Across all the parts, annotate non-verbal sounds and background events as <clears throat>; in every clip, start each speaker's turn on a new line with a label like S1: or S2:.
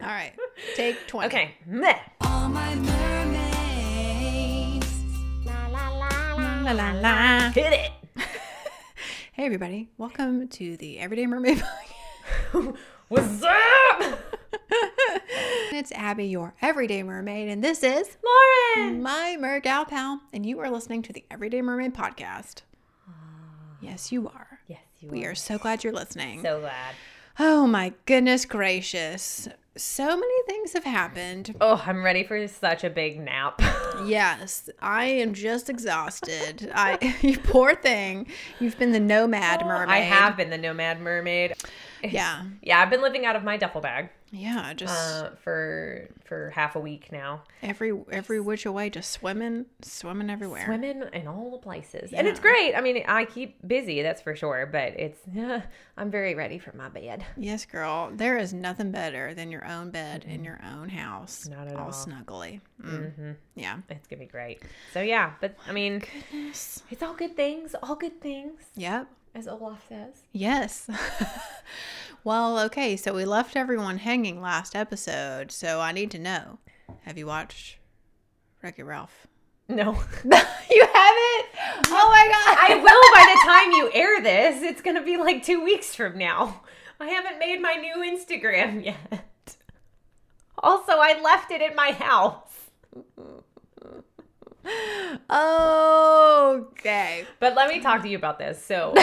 S1: All right. Take 20.
S2: Okay. Meh.
S3: All my mermaids. La la la la.
S1: La, la, la.
S2: Hit it.
S1: Hey, everybody. Welcome to the Everyday Mermaid <laughs> Podcast.
S2: What's
S1: <laughs>
S2: up?
S1: It's Abby, your Everyday Mermaid, and this is
S2: Lauren.
S1: my Mer Gal Pal, and you are listening to the Everyday Mermaid Podcast. Yes, you are.
S2: Yes, you
S1: We are so glad you're listening.
S2: Ah. So glad.
S1: oh, my goodness gracious. So many things have happened.
S2: <gasps> Oh, I'm ready for such a big nap. <laughs>
S1: Yes, I am just exhausted. I <laughs> you poor thing. You've been the nomad mermaid.
S2: <gasps> I have been the nomad mermaid.
S1: Yeah.
S2: Yeah, I've been living out of my duffel bag
S1: Yeah, just
S2: uh, for for half a week now.
S1: every every which way just swimming, swimming everywhere.
S2: Women in all the places, and it's great. I mean, I keep busy, that's for sure. But it's <laughs> I'm very ready for my bed.
S1: Yes, girl. There is nothing better than your own bed in your own house.
S2: Not at
S1: all,
S2: all.
S1: snuggly. Mm. Yeah.
S2: It's gonna be great. So yeah, but I mean,
S1: Goodness.
S2: it's all good things. All good things,
S1: Yep.
S2: as Olaf says.
S1: Yes. <laughs> well, okay. So we left everyone hanging last episode. So I need to know. Have you watched Wreck It Ralph?
S2: <laughs> No,
S1: you haven't? Oh my
S2: I will. By the time you air this, it's gonna be like two weeks from now. I haven't made my new Instagram <laughs> yet. Also, I left it in my house.
S1: god. <laughs> Okay.
S2: But let me talk to you about this. So,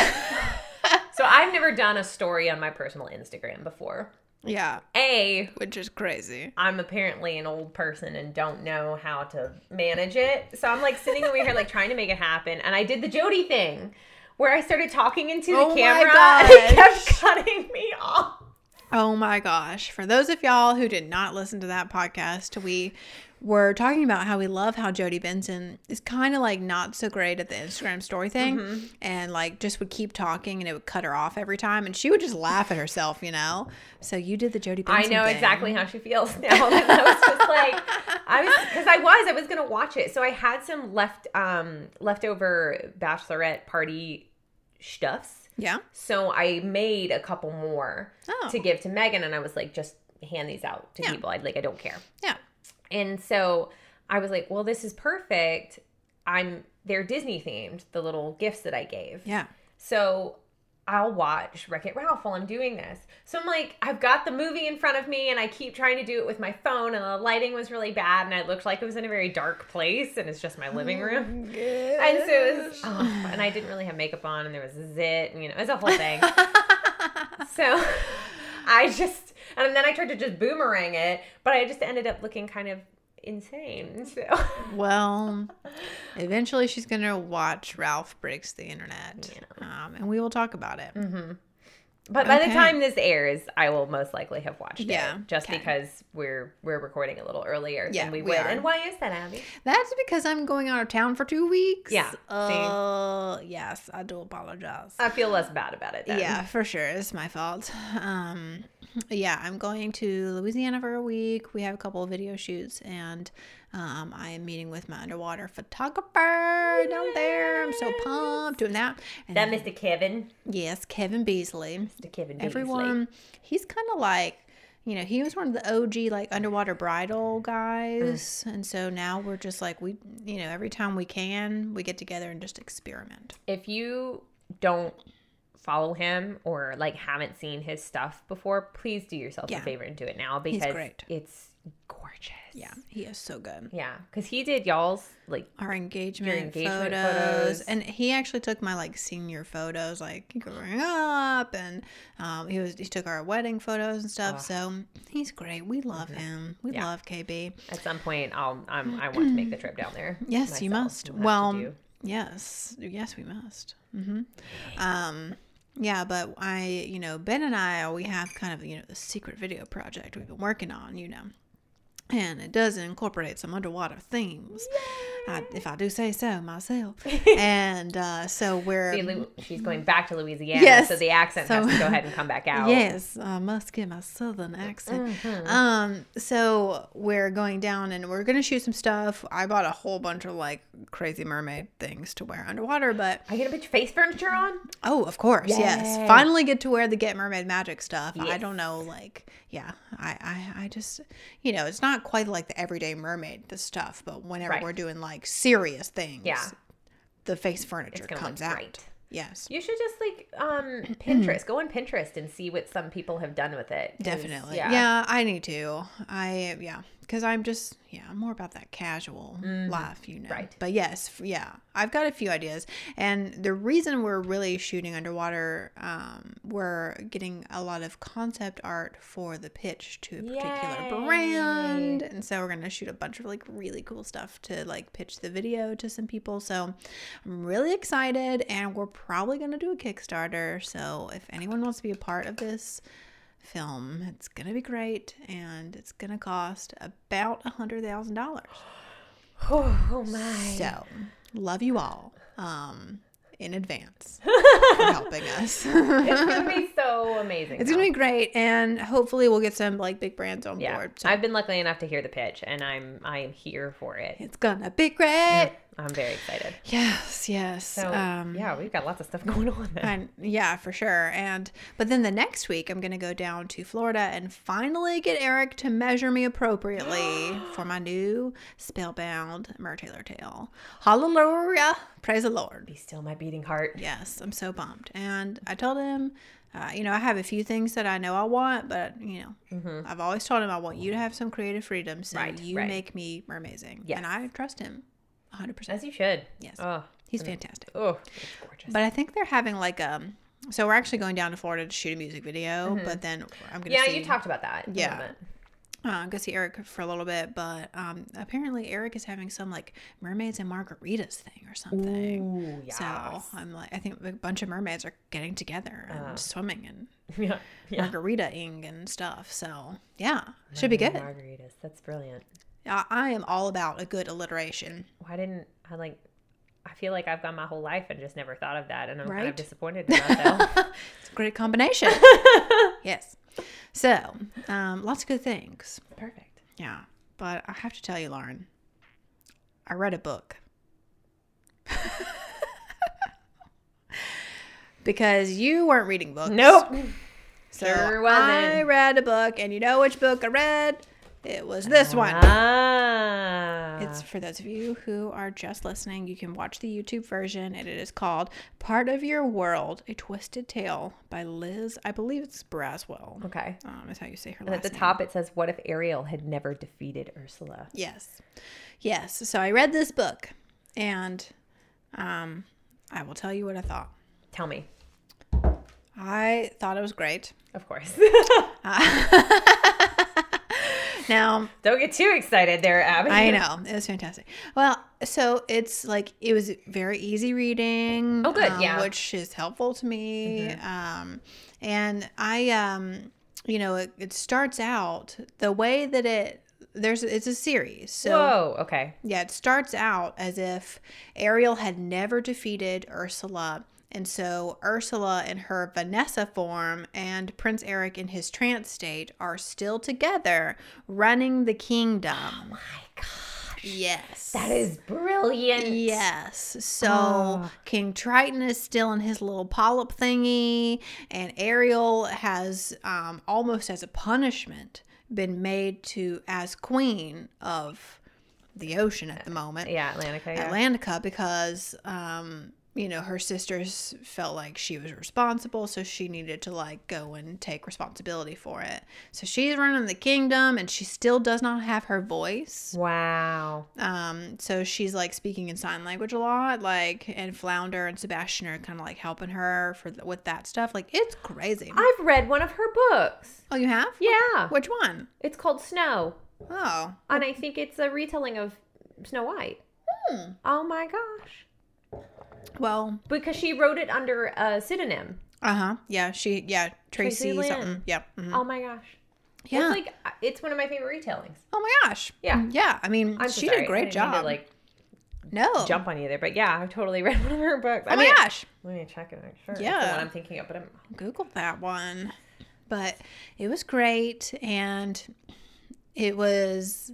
S2: so I've never done a story on my personal Instagram before.
S1: Yeah,
S2: A,
S1: which is crazy.
S2: I'm apparently an old person and don't know how to manage it. So I'm like sitting over here, like trying to make it happen. And I did the Jody thing where I started talking into the
S1: Oh my
S2: camera and it
S1: gosh.
S2: kept cutting me off.
S1: Oh my gosh. For those of y'all who did not listen to that podcast, we were talking about how we love how Jody Benson is kind of like not so great at the Instagram story thing
S2: Mm-hmm.
S1: and like just would keep talking and it would cut her off every time and she would just laugh at herself, you know? So you did the Jody
S2: I
S1: Benson
S2: know
S1: thing.
S2: exactly how she feels <laughs> now. And I was just like, I was because I was I was gonna watch it, so I had some left um leftover bachelorette party stuffs.
S1: Yeah.
S2: So I made a couple more
S1: Oh.
S2: to give to Megan, and I was like, just hand these out to people. I like I don't care.
S1: Yeah.
S2: And so I was like, well, this is perfect. I'm they're Disney themed, the little gifts that I gave.
S1: Yeah.
S2: So I'll watch Wreck It Ralph while I'm doing this. So I'm like, I've got the movie in front of me and I keep trying to do it with my phone and the lighting was really bad and I looked like it was in a very dark place and it's just my
S1: <laughs>
S2: living room. <laughs> And so it was, oh, and I didn't really have makeup on and there was a zit and you know, it was a whole thing. so <laughs> I just, and then I tried to just boomerang it, but I just ended up looking kind of insane. So <laughs>
S1: Well, eventually she's going to watch Ralph Breaks the Internet. Um, and we will talk about it.
S2: But by
S1: Okay.
S2: the time this airs, I will most likely have watched
S1: Yeah,
S2: it. Just
S1: okay.
S2: because we're we're recording a little earlier
S1: Yeah,
S2: than we
S1: we
S2: would.
S1: are.
S2: And why is that, Abby?
S1: That's because I'm going out of town for two weeks.
S2: Yeah, see?
S1: Uh, yes, I do apologize.
S2: I feel less bad about it. Then.
S1: yeah, for sure. It's my fault. Um, yeah, I'm going to Louisiana for a week. We have a couple of video shoots, and um, I am meeting with my underwater photographer down there. I'm so pumped doing that. And
S2: That
S1: then-
S2: Mr. Kevin,
S1: yes, Kevin Beasley.
S2: Mr. Kevin, Beasley.
S1: Everyone, he's kind of like, you know, he was one of the OG like underwater bridal guys,
S2: Mm.
S1: and so now we're just like we, you know, every time we can, we get together and just experiment.
S2: If you don't follow him or like haven't seen his stuff before, please do yourself
S1: Yeah.
S2: a favor and do it now because
S1: great.
S2: it's gorgeous.
S1: Yeah, he is so good.
S2: Yeah, because he did y'all's like
S1: Our engagement,
S2: engagement
S1: photos,
S2: photos.
S1: and he actually took my like senior photos, like growing up, and um, he was he took our wedding photos and stuff. So he's great. We love him. We
S2: Mm-hmm. Yeah.
S1: love KB.
S2: at some point I'll I'm, I want to make the trip down there.
S1: <clears throat> Yes, you
S2: myself.
S1: must.
S2: We'll have to
S1: Well,
S2: do-
S1: yes, yes, we must. hmm Um, yeah, but I, you know, Ben and I, we have kind of, you know, the secret video project we've been working on, you know, and it does incorporate some underwater themes, I, if I do say so
S2: <laughs>
S1: myself. and uh, so we're
S2: See, Lu- she's going back to Louisiana,
S1: Yes.
S2: so the accent has
S1: So-
S2: to go
S1: <laughs>
S2: ahead and come back out. Mm-hmm.
S1: Yes, I must get my southern accent. Um, so we're going down and we're gonna shoot some stuff. I bought a whole bunch of like crazy mermaid things to wear underwater, but
S2: Are you gonna put your face furniture on?
S1: oh, of course,
S2: Yay.
S1: yes, finally get to wear the get mermaid magic stuff. I
S2: Yes.
S1: don't know, like, yeah, I, I, I just, you know, it's not quite like the everyday mermaid the stuff, but whenever
S2: Right.
S1: we're doing like serious things,
S2: Yeah.
S1: the face furniture
S2: It's gonna
S1: comes
S2: look
S1: out.
S2: great.
S1: Yes,
S2: You should just like
S1: <clears throat>
S2: um Pinterest. go on Pinterest and see what some people have done with it. 'Cause,
S1: Definitely. Yeah. I need to. I yeah, because I'm just yeah, I'm more about that casual life, you know.
S2: Right.
S1: But yes, f- yeah, I've got a few ideas, and the reason we're really shooting underwater, um, we're getting a lot of concept art for the pitch to a particular
S2: Yay.
S1: brand, and so we're gonna shoot a bunch of like really cool stuff to like pitch the video to some people. So I'm really excited, and we're probably gonna do a Kickstarter. So if anyone wants to be a part of this film. It's going to be great and it's going to cost about a $100,000.
S2: Oh, oh my.
S1: So, love you all um, in
S2: <laughs>
S1: advance for helping us.
S2: It's gonna be
S1: <laughs>
S2: so amazing.
S1: it's
S2: though.
S1: going to be great and hopefully we'll get some like big brands on
S2: yeah.
S1: board. So
S2: I've been lucky enough to hear the pitch and I'm I am here for it.
S1: it's going to be great.
S2: I'm very excited.
S1: Yes, yes. um,
S2: So yeah, we've got lots of stuff <laughs> going on then.
S1: And yeah, for sure. And but then the next week I'm gonna go down to Florida and finally get Eric to measure me
S2: <gasps>
S1: appropriately for my new spellbound Mer Taylor tale. Hallelujah. Praise the Lord.
S2: Be still my beating heart.
S1: Yes, I'm so pumped. And I told him, uh, you know, I have a few things that I know I want, but you know, I've always told him I want you to have some creative freedom, so
S2: Mm-hmm. Right,
S1: you
S2: right.
S1: make me amazing.
S2: Yes.
S1: And I trust him, 100. percent
S2: As you should.
S1: Yes.
S2: Oh,
S1: He's fantastic.
S2: oh it's gorgeous.
S1: But I think they're having like um. So we're actually going down to Florida to shoot a music video, but then I'm gonna
S2: Mm-hmm. yeah,
S1: see,
S2: you talked about that. in a
S1: Yeah.
S2: moment.
S1: Uh, I'm gonna see Eric for a little bit, but um, apparently Eric is having some like mermaids and margaritas thing or something.
S2: Ooh, yes.
S1: <laughs>
S2: Uh.
S1: So I'm like, I think a bunch of mermaids are getting together and swimming
S2: <laughs>
S1: and
S2: yeah. Yeah.
S1: margarita-ing and stuff. So yeah, should be good.
S2: Margaritas. That's brilliant.
S1: I, I am all about a good
S2: <laughs>
S1: alliteration.
S2: why didn't I like? I feel like I've gone my whole life and just never thought of that, and I'm kind
S1: Right?
S2: of disappointed in
S1: <laughs>
S2: myself.
S1: It's a great
S2: <laughs>
S1: combination. yes. So um, lots of good things.
S2: Perfect.
S1: Yeah. But I have to tell you, Lauren, I read a book. <laughs> because you weren't reading books.
S2: Nope.
S1: So
S2: sure wasn't.
S1: I read a book, and you know which book I read? It was this one.
S2: Ah.
S1: It's for those of you who are just listening, you can watch the YouTube version, and it is called Part of Your World A Twisted Tale by Liz, I believe it's Braswell.
S2: okay.
S1: Um, is how you say her
S2: And
S1: last
S2: at the
S1: name.
S2: top, it says, "What if Ariel had never defeated Ursula?"
S1: Yes. Yes. So I read this book and um, I will tell you what I thought.
S2: Tell me.
S1: I thought it was great.
S2: Of course. <laughs>
S1: Now,
S2: Don't get too excited there, Abby. <laughs>
S1: I know it was fantastic. Well, so it's like it was very easy reading.
S2: Oh, good,
S1: um,
S2: yeah. Mm-hmm.
S1: which is helpful to me. Um, and I, um, you know, it, it starts out the way that it there's it's a series. So
S2: Whoa. Okay.
S1: Yeah, it starts out as if Ariel had never defeated Ursula. And so Ursula in her Vanessa form and Prince Eric in his trance state are still together running the kingdom. Oh my gosh. Yes.
S2: That is brilliant.
S1: Yes. So Oh. King Triton is still in his little polyp thingy, and Ariel has um, almost as a punishment been made to as queen of the ocean at the moment,
S2: Yeah, Atlantica. Yeah.
S1: Atlantica, because um, you know her sisters felt like she was responsible, so she needed to like go and take responsibility for it. So she's running the kingdom, and she still does not have her voice.
S2: wow.
S1: Um, so she's like speaking in sign language a lot, like, and Flounder and Sebastian are kind of like helping her for th- with that stuff. Like, it's crazy.
S2: I've read one of her books.
S1: oh, you have?
S2: Yeah.
S1: Which one?
S2: It's called Snow.
S1: Oh,
S2: And I think it's a retelling of Snow White.
S1: Hmm.
S2: Oh my gosh.
S1: well,
S2: Because she wrote it under a pseudonym.
S1: uh huh. Yeah, she, yeah, Tracy,
S2: Tracy Lynn.
S1: something. Yeah. mhm.
S2: Oh my gosh.
S1: Yeah.
S2: It's like it's one of my favorite retellings.
S1: oh my gosh.
S2: Yeah.
S1: Yeah. I mean,
S2: I'm so
S1: she
S2: sorry.
S1: did a great
S2: I didn't mean to,
S1: job.
S2: like
S1: no.
S2: jump on you there, but yeah, I've totally <laughs> read one of her books.
S1: Oh
S2: I
S1: my
S2: mean,
S1: gosh.
S2: Let me check and make sure. It's
S1: Yeah.
S2: the one I'm thinking of, but I'm
S1: Google that one. But it was great and it was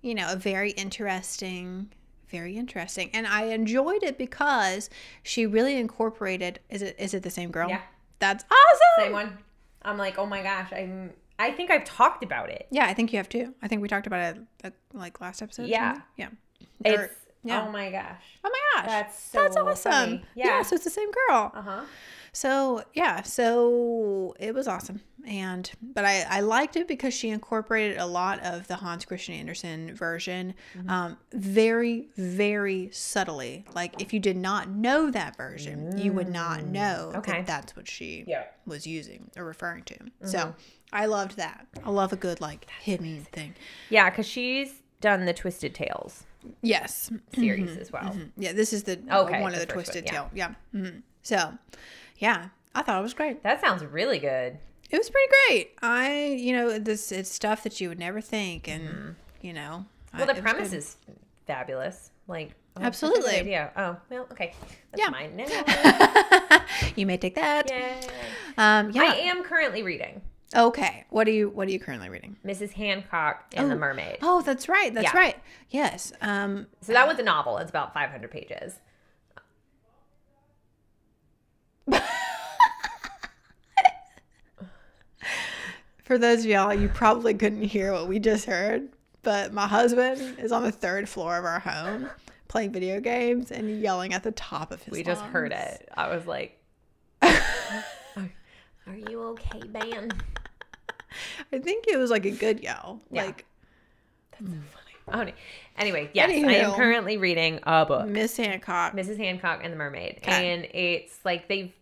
S1: you know, a very interesting, very interesting. And I enjoyed it because she really incorporated is it is it the same girl?
S2: Yeah.
S1: That's awesome.
S2: same one. I'm like, oh my gosh, I'm. I think I've talked about it.
S1: Yeah, I think you have too. I think we talked about it uh, like last episode. or
S2: Yeah.
S1: something. Yeah. Or-
S2: It's
S1: yeah.
S2: oh my gosh.
S1: Oh my gosh.
S2: That's so
S1: That's awesome.
S2: funny.
S1: Yeah.
S2: Yeah.
S1: so it's the same girl.
S2: Uh huh.
S1: So yeah, so it was awesome, and but I I liked it because she incorporated a lot of the Hans Christian Andersen version,
S2: Mm-hmm.
S1: um, very very subtly. Like if you did not know that version, you would not know
S2: Mm. Okay.
S1: that that's what she
S2: Yeah. Mm-hmm.
S1: was using or referring to. So I loved that. I love a good like hidden thing.
S2: Yeah, because she's done the Twisted Tales
S1: Yes,
S2: series
S1: Mm-hmm.
S2: as well.
S1: yeah. This is the uh,
S2: Okay,
S1: one
S2: the
S1: of the
S2: first one,
S1: twisted
S2: yeah.
S1: tail. Yeah. Mhm. So yeah, I thought it was great.
S2: That sounds really good.
S1: it was pretty great. I, you know, this it's stuff that you would never think, and you know, I-
S2: Mm-hmm. Well, the
S1: it was
S2: premise
S1: good.
S2: is fabulous. Like oh,
S1: Absolutely.
S2: Yeah. Oh well. Okay. That's
S1: Yeah. <laughs>
S2: mine now.
S1: <laughs> you may take that.
S2: Yay.
S1: Um, yeah.
S2: I am currently reading
S1: okay. What are you What are you currently reading?
S2: Mrs. Hancock and the
S1: Oh.
S2: Mermaid.
S1: Oh, that's right. That's
S2: Yeah.
S1: right. Yes. Um,
S2: So that was a novel. It's about 500 pages.
S1: for those of y'all, you probably couldn't hear what we just heard, but my husband is on the third floor of our home playing video games and yelling at the top of his.
S2: We just heard
S1: lungs.
S2: it. I
S1: <laughs>
S2: was like, "Are you okay, man?"
S1: I think it was like a good yell.
S2: Yeah.
S1: Like
S2: Oh, no. Anyway, yes, I
S1: Anywho.
S2: am currently reading a book,
S1: Miss Hancock.
S2: Mrs. Hancock and the Mermaid,
S1: Okay.
S2: and it's like they've.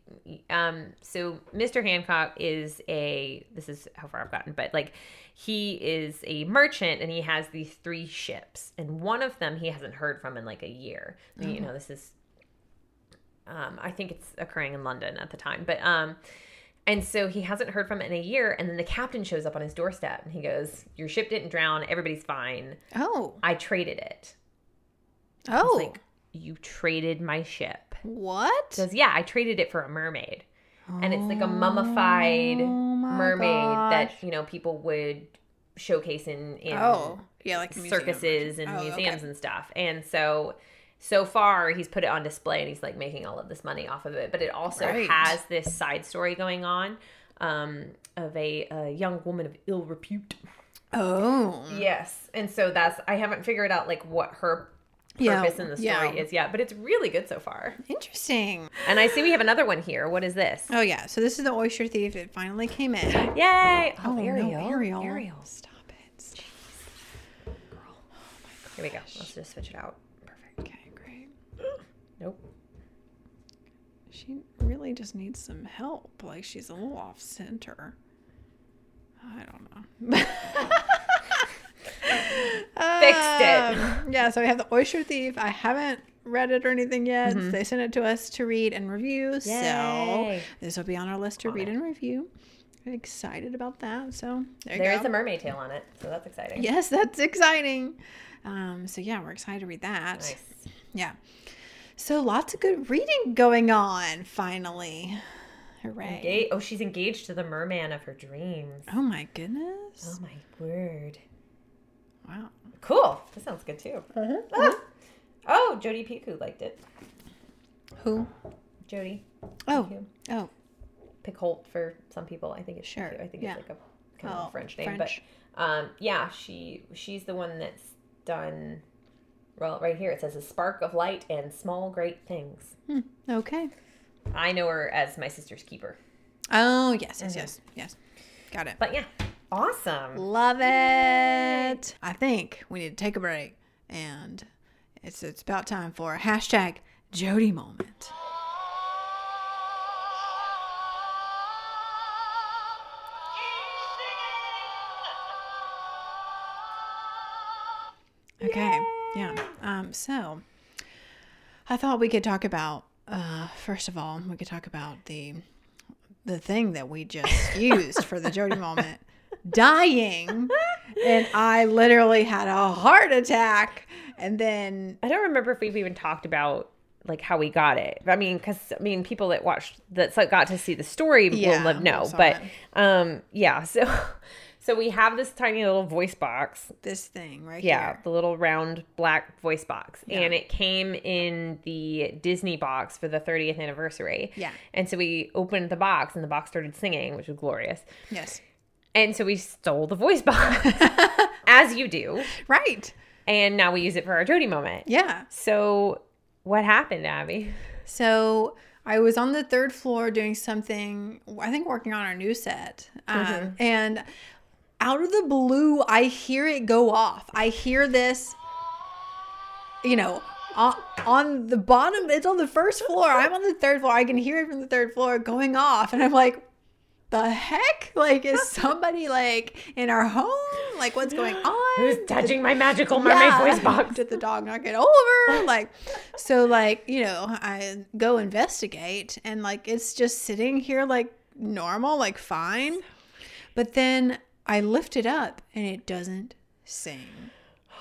S2: Um, so Mr. Hancock is a. This is how far I've gotten, but like he is a merchant and he has these three ships, and one of them he hasn't heard from in like a year. You
S1: Mm-hmm.
S2: know, this is um, I think it's occurring in London at the time, but um, and so he hasn't heard from it in a year, and then the captain shows up on his doorstep, and he goes, "Your ship didn't drown. Everybody's fine.
S1: Oh.
S2: I traded it.
S1: Oh.
S2: It's like you traded my ship."
S1: what?
S2: He goes, "Yeah, I traded it for a mermaid, and it's like a mummified
S1: Oh my
S2: mermaid
S1: gosh.
S2: that you know people would showcase in in
S1: oh yeah like a museum.
S2: circuses and
S1: Oh, okay.
S2: museums and stuff. And so, so far, he's put it on display and he's like making all of this money off of it. But it also
S1: Right.
S2: has this side story going on um, of a, a young woman of ill repute.
S1: oh
S2: Mm-hmm. Yes. And so that's, I haven't figured out like what her
S1: Yeah,
S2: purpose in the story
S1: yeah.
S2: is yet, but it's really good so far.
S1: interesting
S2: And I see we have another one here. What is this?
S1: oh yeah so this is the oyster thief it finally came in
S2: Yay!
S1: oh
S2: Oh,
S1: no,
S2: Ariel.
S1: Ariel
S2: Ariel.
S1: stop it
S2: Here we go. Let's just switch it out. Perfect.
S1: okay great
S2: Nope.
S1: she really just needs some help like she's a little off center I don't know
S2: <laughs> it.
S1: Um, yeah so we have the oyster thief I haven't read it or anything yet they sent it to us to read and review so
S2: Mm-hmm. Yay.
S1: This will be on our list to read and review. I'm excited about that. So there you
S2: There
S1: go.
S2: is a mermaid tail on it, so that's exciting.
S1: yes, <laughs> that's exciting. Um, so yeah, we're excited to read that.
S2: Nice.
S1: Yeah. So lots of good reading going on. Finally, hooray!
S2: Ga- oh, she's engaged to the merman of her dreams.
S1: Oh my goodness!
S2: Oh my word. Uh-huh.
S1: Wow.
S2: Cool. That sounds good too. Ah. Oh, Jody Piku liked it.
S1: Who?
S2: Jody
S1: Oh,
S2: Picoult
S1: oh,
S2: Picoult for some people. I think it's
S1: Sure,
S2: Picoult. I think
S1: yeah.
S2: it's like a kind of
S1: Oh,
S2: a French name.
S1: French.
S2: But um, yeah, she she's the one that's done well right here it says a spark of light and small great things.
S1: okay.
S2: I know her as my sister's keeper.
S1: Oh yes, yes,
S2: Mhm.
S1: yes, yes. Got it.
S2: But yeah. Awesome.
S1: Love it. I think we need to take a break, and it's it's about time for a hashtag Jody moment. Okay, yeah. Um, so I thought we could talk about uh, first of all, we could talk about the the thing that we just used for the Jody moment, dying. and I literally had a heart attack. And then
S2: I don't remember if we've even talked about like how we got it. I mean, because I mean, people that watched that so- got to see the story
S1: Yeah,
S2: will live know.
S1: saw
S2: But um, yeah, <laughs> so so we have this tiny little voice box.
S1: this thing right
S2: Yeah,
S1: here.
S2: the little round black voice box, and it came in the Disney box for the 30th anniversary.
S1: Yeah.
S2: and so we opened the box, and the box started singing, which was glorious.
S1: Yes.
S2: And so we stole the voice <laughs> box, as you do,
S1: <laughs> Right.
S2: and now we use it for our Jody moment.
S1: Yeah.
S2: So what happened, Abby?
S1: So I was on the third floor doing something, I think working on our new set. Um, And out of the blue, I hear it go off. I hear this, you know, on, on the bottom, it's on the first floor. I'm on the third floor. I can hear it from the third floor going off. And I'm like, the heck? Like, is somebody like in our home? Like, what's going on?
S2: Who's touching my magical mermaid voice box?
S1: Did the dog not get over? Like, so like you know, I go investigate, and like it's just sitting here like normal, like fine. But then I lift it up, and it doesn't sing,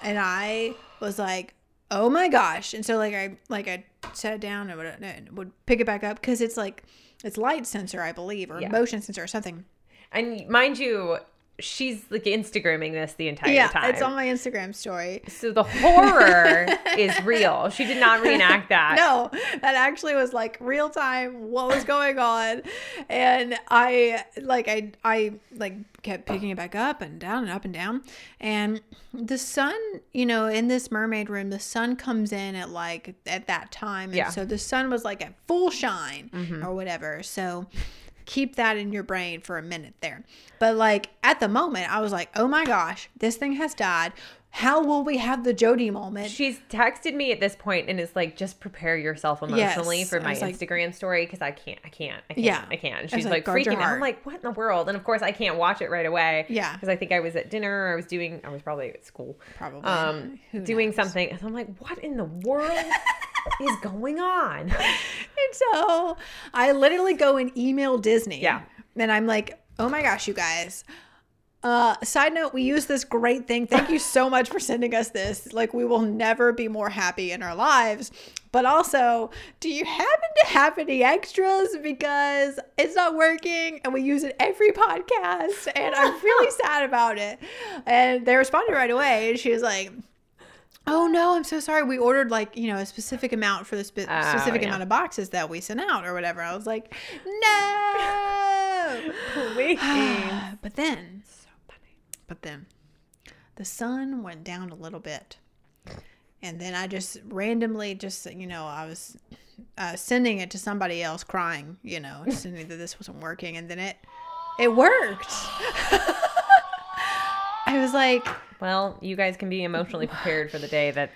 S1: and I was like, oh my gosh! And so like I like I sat down and would, and would pick it back up because it's like it's light sensor, I believe, or
S2: Yeah.
S1: motion sensor or something.
S2: <laughs> And mind you, she's like Instagramming this the entire
S1: yeah,
S2: time.
S1: it's on my Instagram story.
S2: so the horror is real. She did not reenact <laughs> that.
S1: no, that actually was like real time what was going on. And I like I I like kept picking it back up and down and up and down. And the sun, you know, in this mermaid room, the sun comes in at like at that time. And
S2: Yeah. Mm-hmm.
S1: so the sun was like at full shine or whatever. So keep that in your brain for a minute there. But like at the moment I was like, "Oh my gosh, this thing has died. How will we have the Jody moment?"
S2: She's texted me at this point and is like, just prepare yourself emotionally
S1: Yes.
S2: for
S1: I
S2: my
S1: was like-
S2: Instagram story because I can't, I can't, I can't,
S1: Yeah.
S2: I can't. And
S1: I was
S2: she's
S1: like,
S2: like,
S1: guard your
S2: freaking out.
S1: heart.
S2: I'm like, what in the world? And of course, I can't watch it right away.
S1: Yeah.
S2: Because I think I was at dinner, or I was doing, I was probably at school.
S1: Probably.
S2: Um,
S1: Who
S2: doing
S1: knows?
S2: something. And I'm like, what in the world
S1: <laughs>
S2: is going on? <laughs>
S1: And so I literally go and email Disney.
S2: Yeah.
S1: And I'm like, oh my gosh, you guys. Uh, side note, we use this great thing. Thank you so much for sending us this. Like, we will never be more happy in our lives. But also, do you happen to have any extras? Because it's not working and we use it every podcast. And I'm really sad about it. And they responded right away. And she was like, Oh no, I'm so sorry. We ordered like, you know, a specific amount for the spe-
S2: Oh,
S1: specific
S2: yeah.
S1: amount of boxes that we sent out or whatever. I was
S2: <laughs>
S1: like, no. Ah,
S2: Please.
S1: but then, but then the sun went down a little bit. And then I just randomly just, you know, I was uh, sending it to somebody else crying, you know, sending that this wasn't working. And then it, it worked. <laughs> I was like,
S2: Well, you guys can be emotionally prepared for the day that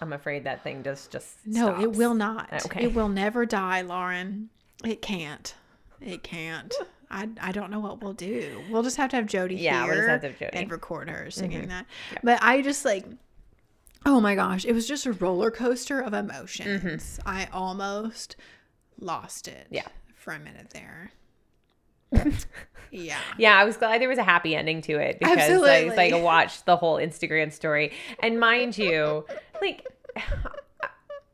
S2: I'm afraid that thing just just
S1: No, it
S2: stops. Uh,
S1: will not.
S2: Okay.
S1: It will never die, Lauren. It can't. It can't. I, I don't know what we'll do. We'll just have to have Jody
S2: Yeah,
S1: here
S2: we'll just have to have Jody. Mm-hmm.
S1: and record her singing that. But I just like, oh my gosh, it was just a roller coaster of emotions. I almost lost it.
S2: Mm-hmm. Yeah.
S1: for a minute
S2: <laughs>
S1: there. yeah.
S2: Yeah, I was glad there was a happy ending to it because I
S1: Absolutely.
S2: was like watched the whole Instagram story. And mind you, like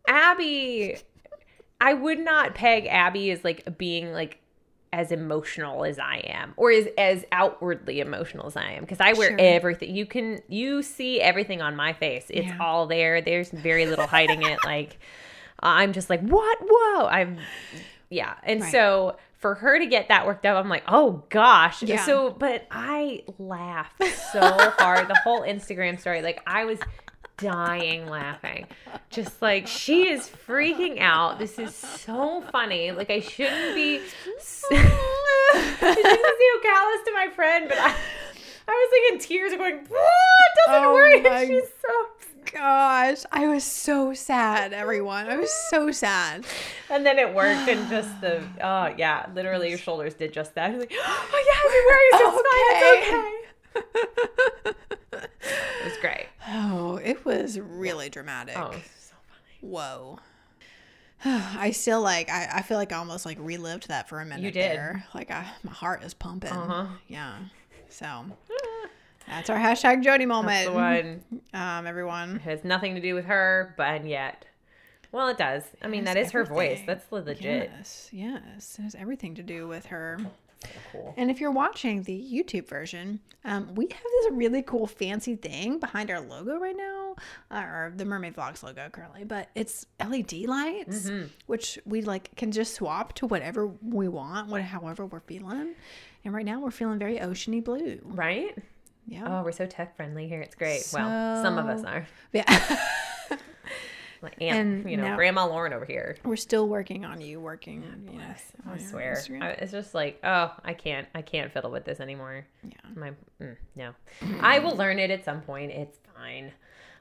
S2: Abby I would not peg Abby as like being like as emotional as I am or as as outwardly emotional as I am because I wear
S1: Sure.
S2: everything. You can you see everything on my face. It's
S1: Yeah.
S2: all there. There's very little hiding it like I'm just like, what? Whoa. I'm, yeah. And
S1: Right.
S2: so for her to get that worked up, I'm like, oh gosh.
S1: Yeah.
S2: So, but I laughed
S1: <laughs>
S2: so hard. The whole Instagram story, like, I was dying laughing. Just like, she is freaking out. This is so funny. Like, I
S1: <laughs>
S2: shouldn't be. <laughs> s- I shouldn't be so callous to my friend, but I. I was like in tears, going, "What? Doesn't
S1: Oh my
S2: work." <laughs> She's so
S1: Gosh, I was so sad, everyone. I was so sad.
S2: And then it worked, and just <gasps> the oh yeah, literally your shoulders did just that. You're Like, <gasps> oh yeah, everywhere is just fine. It's okay. It was great.
S1: Oh, it was really dramatic.
S2: Oh, it was so funny.
S1: Whoa. <sighs> I still like I, I feel like I almost like relived that for a minute
S2: did.
S1: there. Like I my heart is pumping.
S2: Uh-huh.
S1: Yeah. So that's our hashtag Jody
S2: That's the
S1: moment.
S2: one.
S1: Um, everyone.
S2: It has nothing to do with her, but and yet, well, it does. I mean,
S1: has
S2: that is her voice.
S1: everything.
S2: That's le- legit.
S1: Yes, yes. It has everything to do with her.
S2: Cool.
S1: And if you're watching the YouTube version, um, we have this really cool fancy thing behind our logo right now, uh, or the Mermaid Vlogs logo currently, but it's LED lights,
S2: Mm-hmm.
S1: which we like can just swap to whatever we want, what however we're feeling. And right now we're feeling very oceany blue.
S2: Right?
S1: Yeah.
S2: Oh, we're so tech friendly here. It's great. well, some of us
S1: So-
S2: are.
S1: Yeah. <laughs>
S2: Like Aunt,
S1: And
S2: you know,
S1: now-
S2: Grandma Lauren over here.
S1: we're still working on you working. Yes,
S2: I swear. I, it's just like, oh, I can't, I can't fiddle with this anymore.
S1: Yeah.
S2: My, mm, no, I will learn it at some point. It's fine.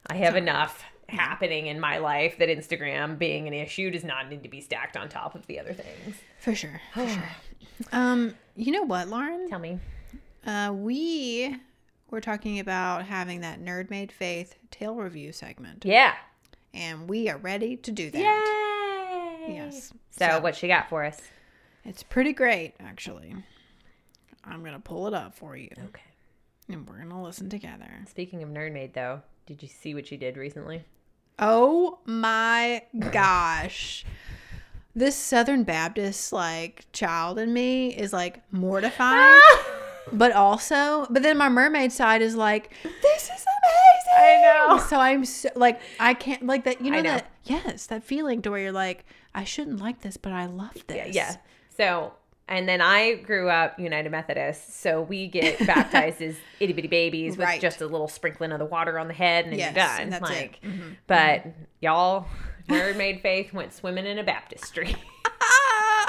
S2: I have enough happening in my life that Instagram being an issue does not need to be stacked on top of the other things.
S1: For sure.
S2: <sighs>
S1: For sure. Um, you know what, Lauren?
S2: Tell me.
S1: Uh, we were talking about having that Nerd Made Faith tale review segment,
S2: Yeah.
S1: and we are ready to do that.
S2: Yay.
S1: Yes.
S2: So, what she got for us?
S1: It's pretty great, actually. I'm going to pull it up for you,
S2: Okay.
S1: and we're going to listen together.
S2: Speaking of nerd maid, though, did you see what she did recently?
S1: Oh my gosh. This Southern Baptist like child in me is like
S2: <laughs>
S1: mortified, but also, but then my mermaid side is like, this is amazing.
S2: I know.
S1: So I'm so, like, I can't like that. You know,
S2: I know.
S1: that yes, that feeling to where you're like, I shouldn't like this, but I love this.
S2: Yeah. So, and then I grew up United Methodist, so we get
S1: <laughs>
S2: baptized as itty bitty babies with
S1: Right.
S2: just a little sprinkling of the water on the head, and then
S1: Yes,
S2: you're done.
S1: and that's it. Mm-hmm.
S2: like, but y'all, nerd made faith went swimming in
S1: <laughs>
S2: a baptistry,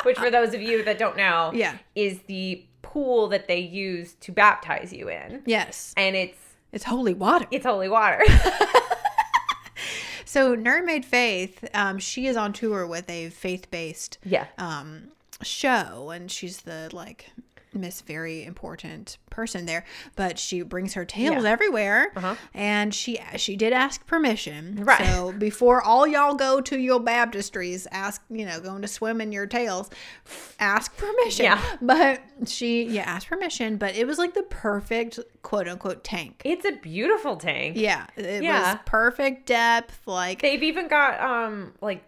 S2: which for those of you that don't know,
S1: Yeah.
S2: is the pool that they use to baptize you in,
S1: Yes,
S2: and it's
S1: it's holy water.
S2: it's holy water. <laughs>
S1: So Nerdmaid Faith, um, she is on tour with a faith-based <laughs>
S2: yeah.
S1: um, show, and she's the like Miss Very Important person there. But she brings her tails
S2: Yeah.
S1: everywhere,
S2: Uh-huh.
S1: and she she did ask permission.
S2: Right.
S1: So before all y'all go to your baptistries, ask you know going to swim in your tails, ask permission.
S2: Yeah.
S1: But she yeah asked permission, but it was like the perfect quote unquote tank.
S2: It's a beautiful tank.
S1: Yeah, it
S2: Yeah.
S1: was perfect depth. Like
S2: They've even got um like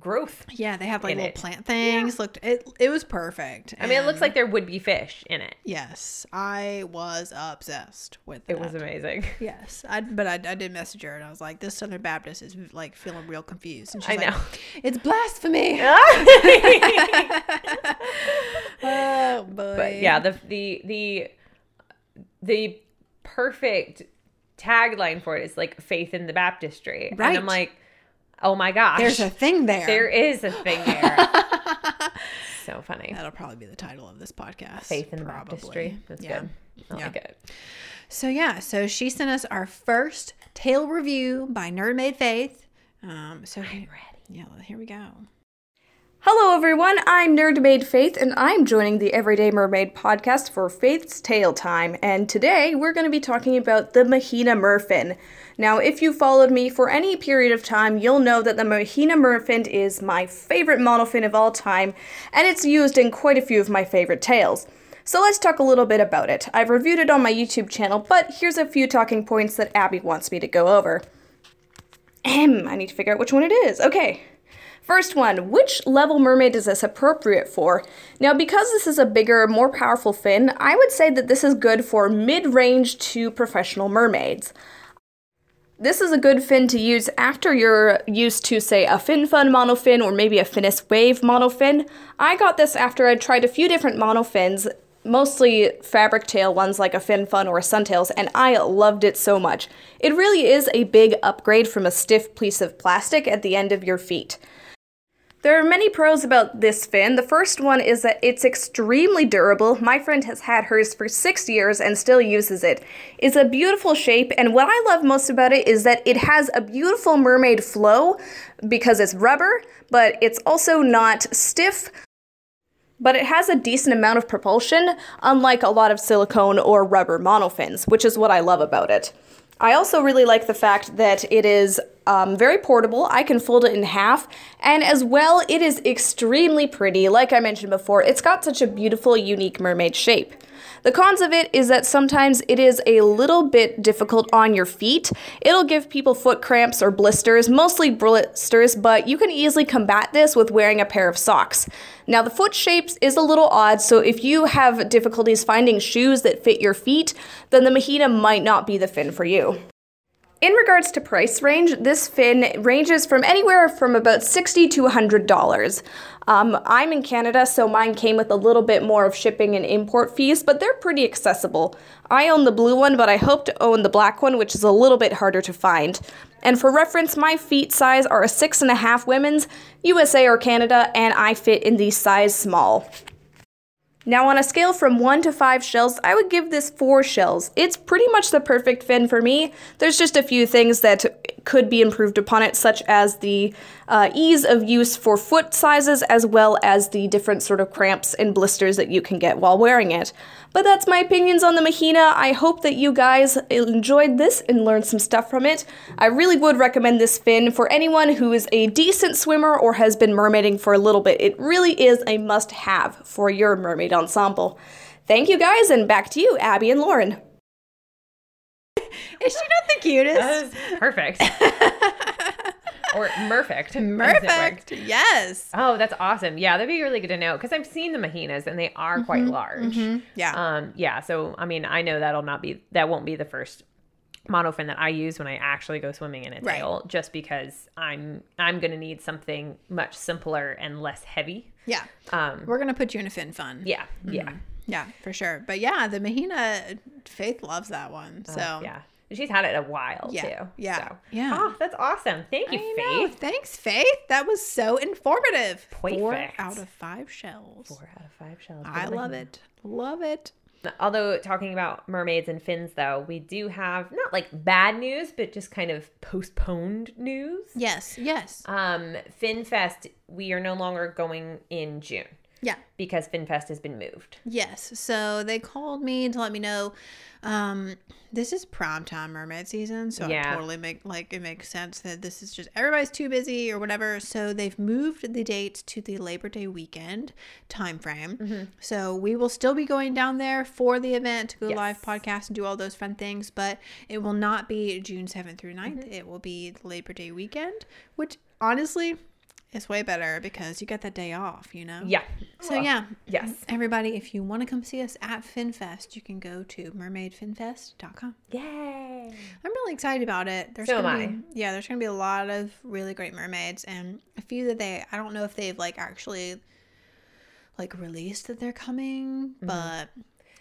S2: growth.
S1: Yeah, they have like
S2: in
S1: little
S2: it.
S1: plant things. Looked it it was perfect.
S2: I mean, it looks
S1: and
S2: like there would be fish in it.
S1: yes, I was obsessed with
S2: It was
S1: that. <laughs>
S2: <laughs> amazing.
S1: yes, I but I, I did message her and I was like, this Southern Baptist is like feeling real confused, and she's
S2: I
S1: like,
S2: know.
S1: it's blasphemy.
S2: <laughs>
S1: oh boy,
S2: but yeah, the the the the perfect tagline for it is like faith in the baptistry. And
S1: Right.
S2: I'm like, oh my gosh,
S1: there's a thing there.
S2: <laughs> there is a thing there. <laughs> so funny.
S1: That'll probably be the title of this podcast.
S2: Faith in the
S1: probably.
S2: baptistry. That's good. I
S1: Yeah.
S2: like it.
S1: So yeah, so she sent us our first tale review by Nerd Made Faith. Um, so I'm ready. Yeah, here we go.
S4: Hello, everyone. I'm Nerdmaid Faith, and I'm joining the Everyday Mermaid podcast for Faith's Tale Time. And today we're going to be talking about the Mahina Murfin. Now, if you followed me for any period of time, you'll know that the Mahina Murfin is my favorite model fin of all time, and it's used in quite a few of my favorite tales. So let's talk a little bit about it. I've reviewed it on my YouTube channel, but here's a few talking points that Abby wants me to go over. Ahem, I need to figure out which one it is. Okay. First one, which level mermaid is this appropriate for? Now, because this is a bigger, more powerful fin, I would say that this is good for mid range to professional mermaids. This is a good fin to use after you're used to, say, a fin fun monofin or maybe a finnis wave monofin. I got this after I tried a few different monofins, mostly fabric tail ones like a fin fun or a suntails, and I loved it so much. It really is a big upgrade from a stiff piece of plastic at the end of your feet. There are many pros about this fin. The first one is that it's extremely durable. My friend has had hers for six years and still uses it. It's a beautiful shape, and what I love most about it is that it has a beautiful mermaid flow because it's rubber, but it's also not stiff. But it has a decent amount of propulsion, unlike a lot of silicone or rubber monofins, which is what I love about it. I also really like the fact that it is um, very portable. I can fold it in half, and as well, it is extremely pretty. Like I mentioned before, it's got such a beautiful, unique mermaid shape. The cons of it is that sometimes it is a little bit difficult on your feet. It'll give people foot cramps or blisters, mostly blisters, but you can easily combat this with wearing a pair of socks. Now, the foot shapes is a little odd, so if you have difficulties finding shoes that fit your feet, then the Mahina might not be the fin for you. In regards to price range, this fin ranges from anywhere from about $60 to $100. Um, I'm in Canada, so mine came with a little bit more of shipping and import fees, but they're pretty accessible. I own the blue one, but I hope to own the black one, which is a little bit harder to find. And for reference, my feet size are a six and a half women's, USA or Canada, and I fit in the size small. Now, on a scale from one to five shells, I would give this four shells. It's pretty much the perfect fin for me. There's just a few things that could be improved upon it, such as the uh, ease of use for foot sizes, as well as the different sort of cramps and blisters that you can get while wearing it. But that's my opinions on the Mahina. I hope that you guys enjoyed this and learned some stuff from it. I really would recommend this fin for anyone who is a decent swimmer or has been mermaiding for a little bit. It really is a must have for your mermaid ensemble. Thank you guys, and back to you, Abby and Lauren.
S1: Is she not the cutest?
S2: That
S1: <laughs>
S2: is perfect. or perfect.
S1: Perfect. Yes.
S2: Oh, that's awesome. Yeah, that'd be really good to know because I've seen the Mahinas and they are quite large.
S1: Mm-hmm, Yeah.
S2: Um, yeah, so I mean, I know that'll not be that won't be the first monofin that I use when I actually go swimming in a
S1: Right.
S2: tail, just because I'm I'm gonna need something much simpler and less heavy.
S1: yeah.
S2: Um,
S1: We're gonna put you in a fin fun.
S2: yeah, yeah,
S1: Yeah, for sure. But yeah, the Mahina Faith loves that one. So
S2: yeah. And She's had it a while
S1: Um, Yeah,
S2: too.
S1: yeah,
S2: so.
S1: yeah.
S2: Oh, that's awesome. Thank you,
S1: I know.
S2: Faith.
S1: Thanks, Faith. That was so informative. Four
S2: Perfect.
S1: out of five shells.
S2: Four out of five shells.
S1: I
S2: Good
S1: love
S2: one.
S1: it. Love it.
S2: Although talking about mermaids and fins, though, we do have not like bad news, but just kind of postponed news.
S1: Yes. Yes.
S2: Um, FinFest, we are no longer going in June
S1: Yeah.
S2: because FinFest has been moved.
S1: Yes. So they called me to let me know. Um, this is prime time mermaid season, so
S2: Yeah.
S1: I totally make like it makes sense that this is just everybody's too busy or whatever. So they've moved the dates to the Labor Day weekend time frame.
S2: Mm-hmm.
S1: So we will still be going down there for the event to go live
S2: Yes.
S1: podcast and do all those fun things, but it will not be June seventh through 9th.
S2: Mm-hmm.
S1: It will be the Labor Day weekend, which honestly is way better because you get that day off, you know?
S2: Yeah.
S1: So yeah.
S2: yes.
S1: Everybody, if you want to come see us at FinFest, you can go to mermaidfinfest.com.
S2: Yay.
S1: I'm really excited about it. There's
S2: So
S1: gonna
S2: am
S1: Be, yeah, there's going to be a lot of really great mermaids and a few that they I don't know if they've like actually like released that they're coming,
S2: Mm-hmm.
S1: but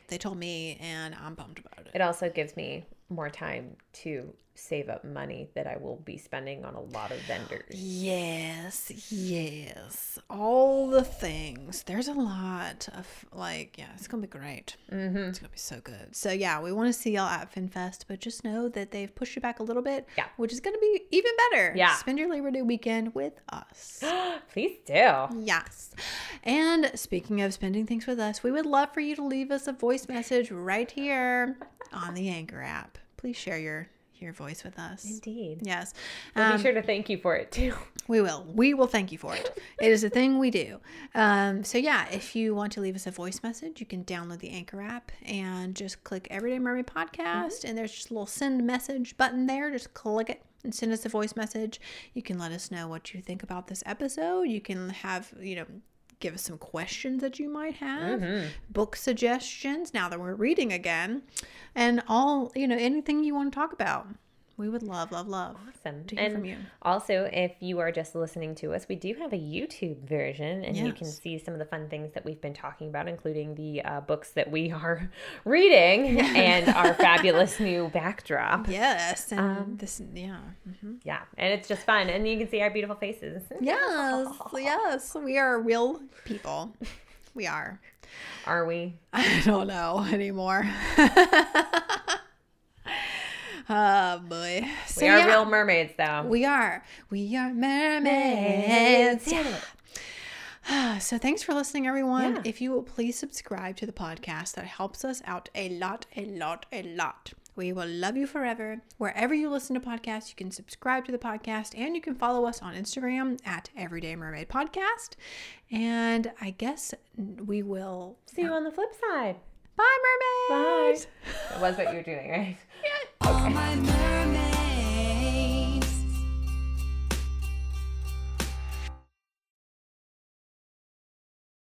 S1: they told me and I'm bummed about it.
S2: It also gives me more time to save up money that I will be spending on a lot of vendors.
S1: Yes, yes. All the things. There's a lot of like, yeah, it's gonna be great. Mm-hmm. It's gonna be so good. So yeah, we want to see y'all at FinFest, but just know that they've pushed you back a little bit.
S2: Yeah.
S1: which is gonna be even better.
S2: Yeah.
S1: spend your Labor Day weekend with
S2: <gasps>
S1: us.
S2: Please do.
S1: yes. And speaking of spending things with us, we would love for you to leave us a voice message right here on the Anchor app. Please share your your voice with us.
S2: Indeed.
S1: Yes.
S2: We'll
S1: Um,
S2: be sure to thank you for it too.
S1: we will. We will thank you for it. It is a thing we do. Um, so, yeah, if you want to leave us a voice message, you can download the Anchor app and just click Everyday Mermaid Podcast. And there's just a little send message button there. Just click it and send us a voice message. You can let us know what you think about this episode. You can have, you know, give us some questions that you might have, book suggestions now that we're reading again, and all, you know, anything you want to talk about. We would love, love, love.
S2: Awesome.
S1: To hear
S2: and
S1: from you.
S2: also, if you are just listening to us, we do have a YouTube version, and you can
S1: Yes.
S2: see some of the fun things that we've been talking about, including the uh, books that we <laughs> are reading
S1: <laughs>
S2: and our fabulous new backdrop. Yeah.
S1: Yes. And this, yeah. Mm-hmm.
S2: and it's just fun, and you can see our beautiful faces.
S1: Yes, yes, we are real <laughs> people. We are.
S2: Are we?
S1: <laughs> I don't know anymore. <laughs> oh boy, so,
S2: we are
S1: yeah,
S2: real mermaids, though.
S1: We are. We are mermaids. Yeah. So thanks for listening, everyone.
S2: Yeah.
S1: If you will please subscribe to the podcast, that helps us out a lot, a lot, a lot. We will love you forever. Wherever you listen to podcasts, you can subscribe to the podcast and you can follow us on Instagram at Everyday Mermaid Podcast. And I guess we will
S2: see you on the flip side.
S5: Bye, mermaids.
S1: That was what you were doing, right?
S2: All my nerves.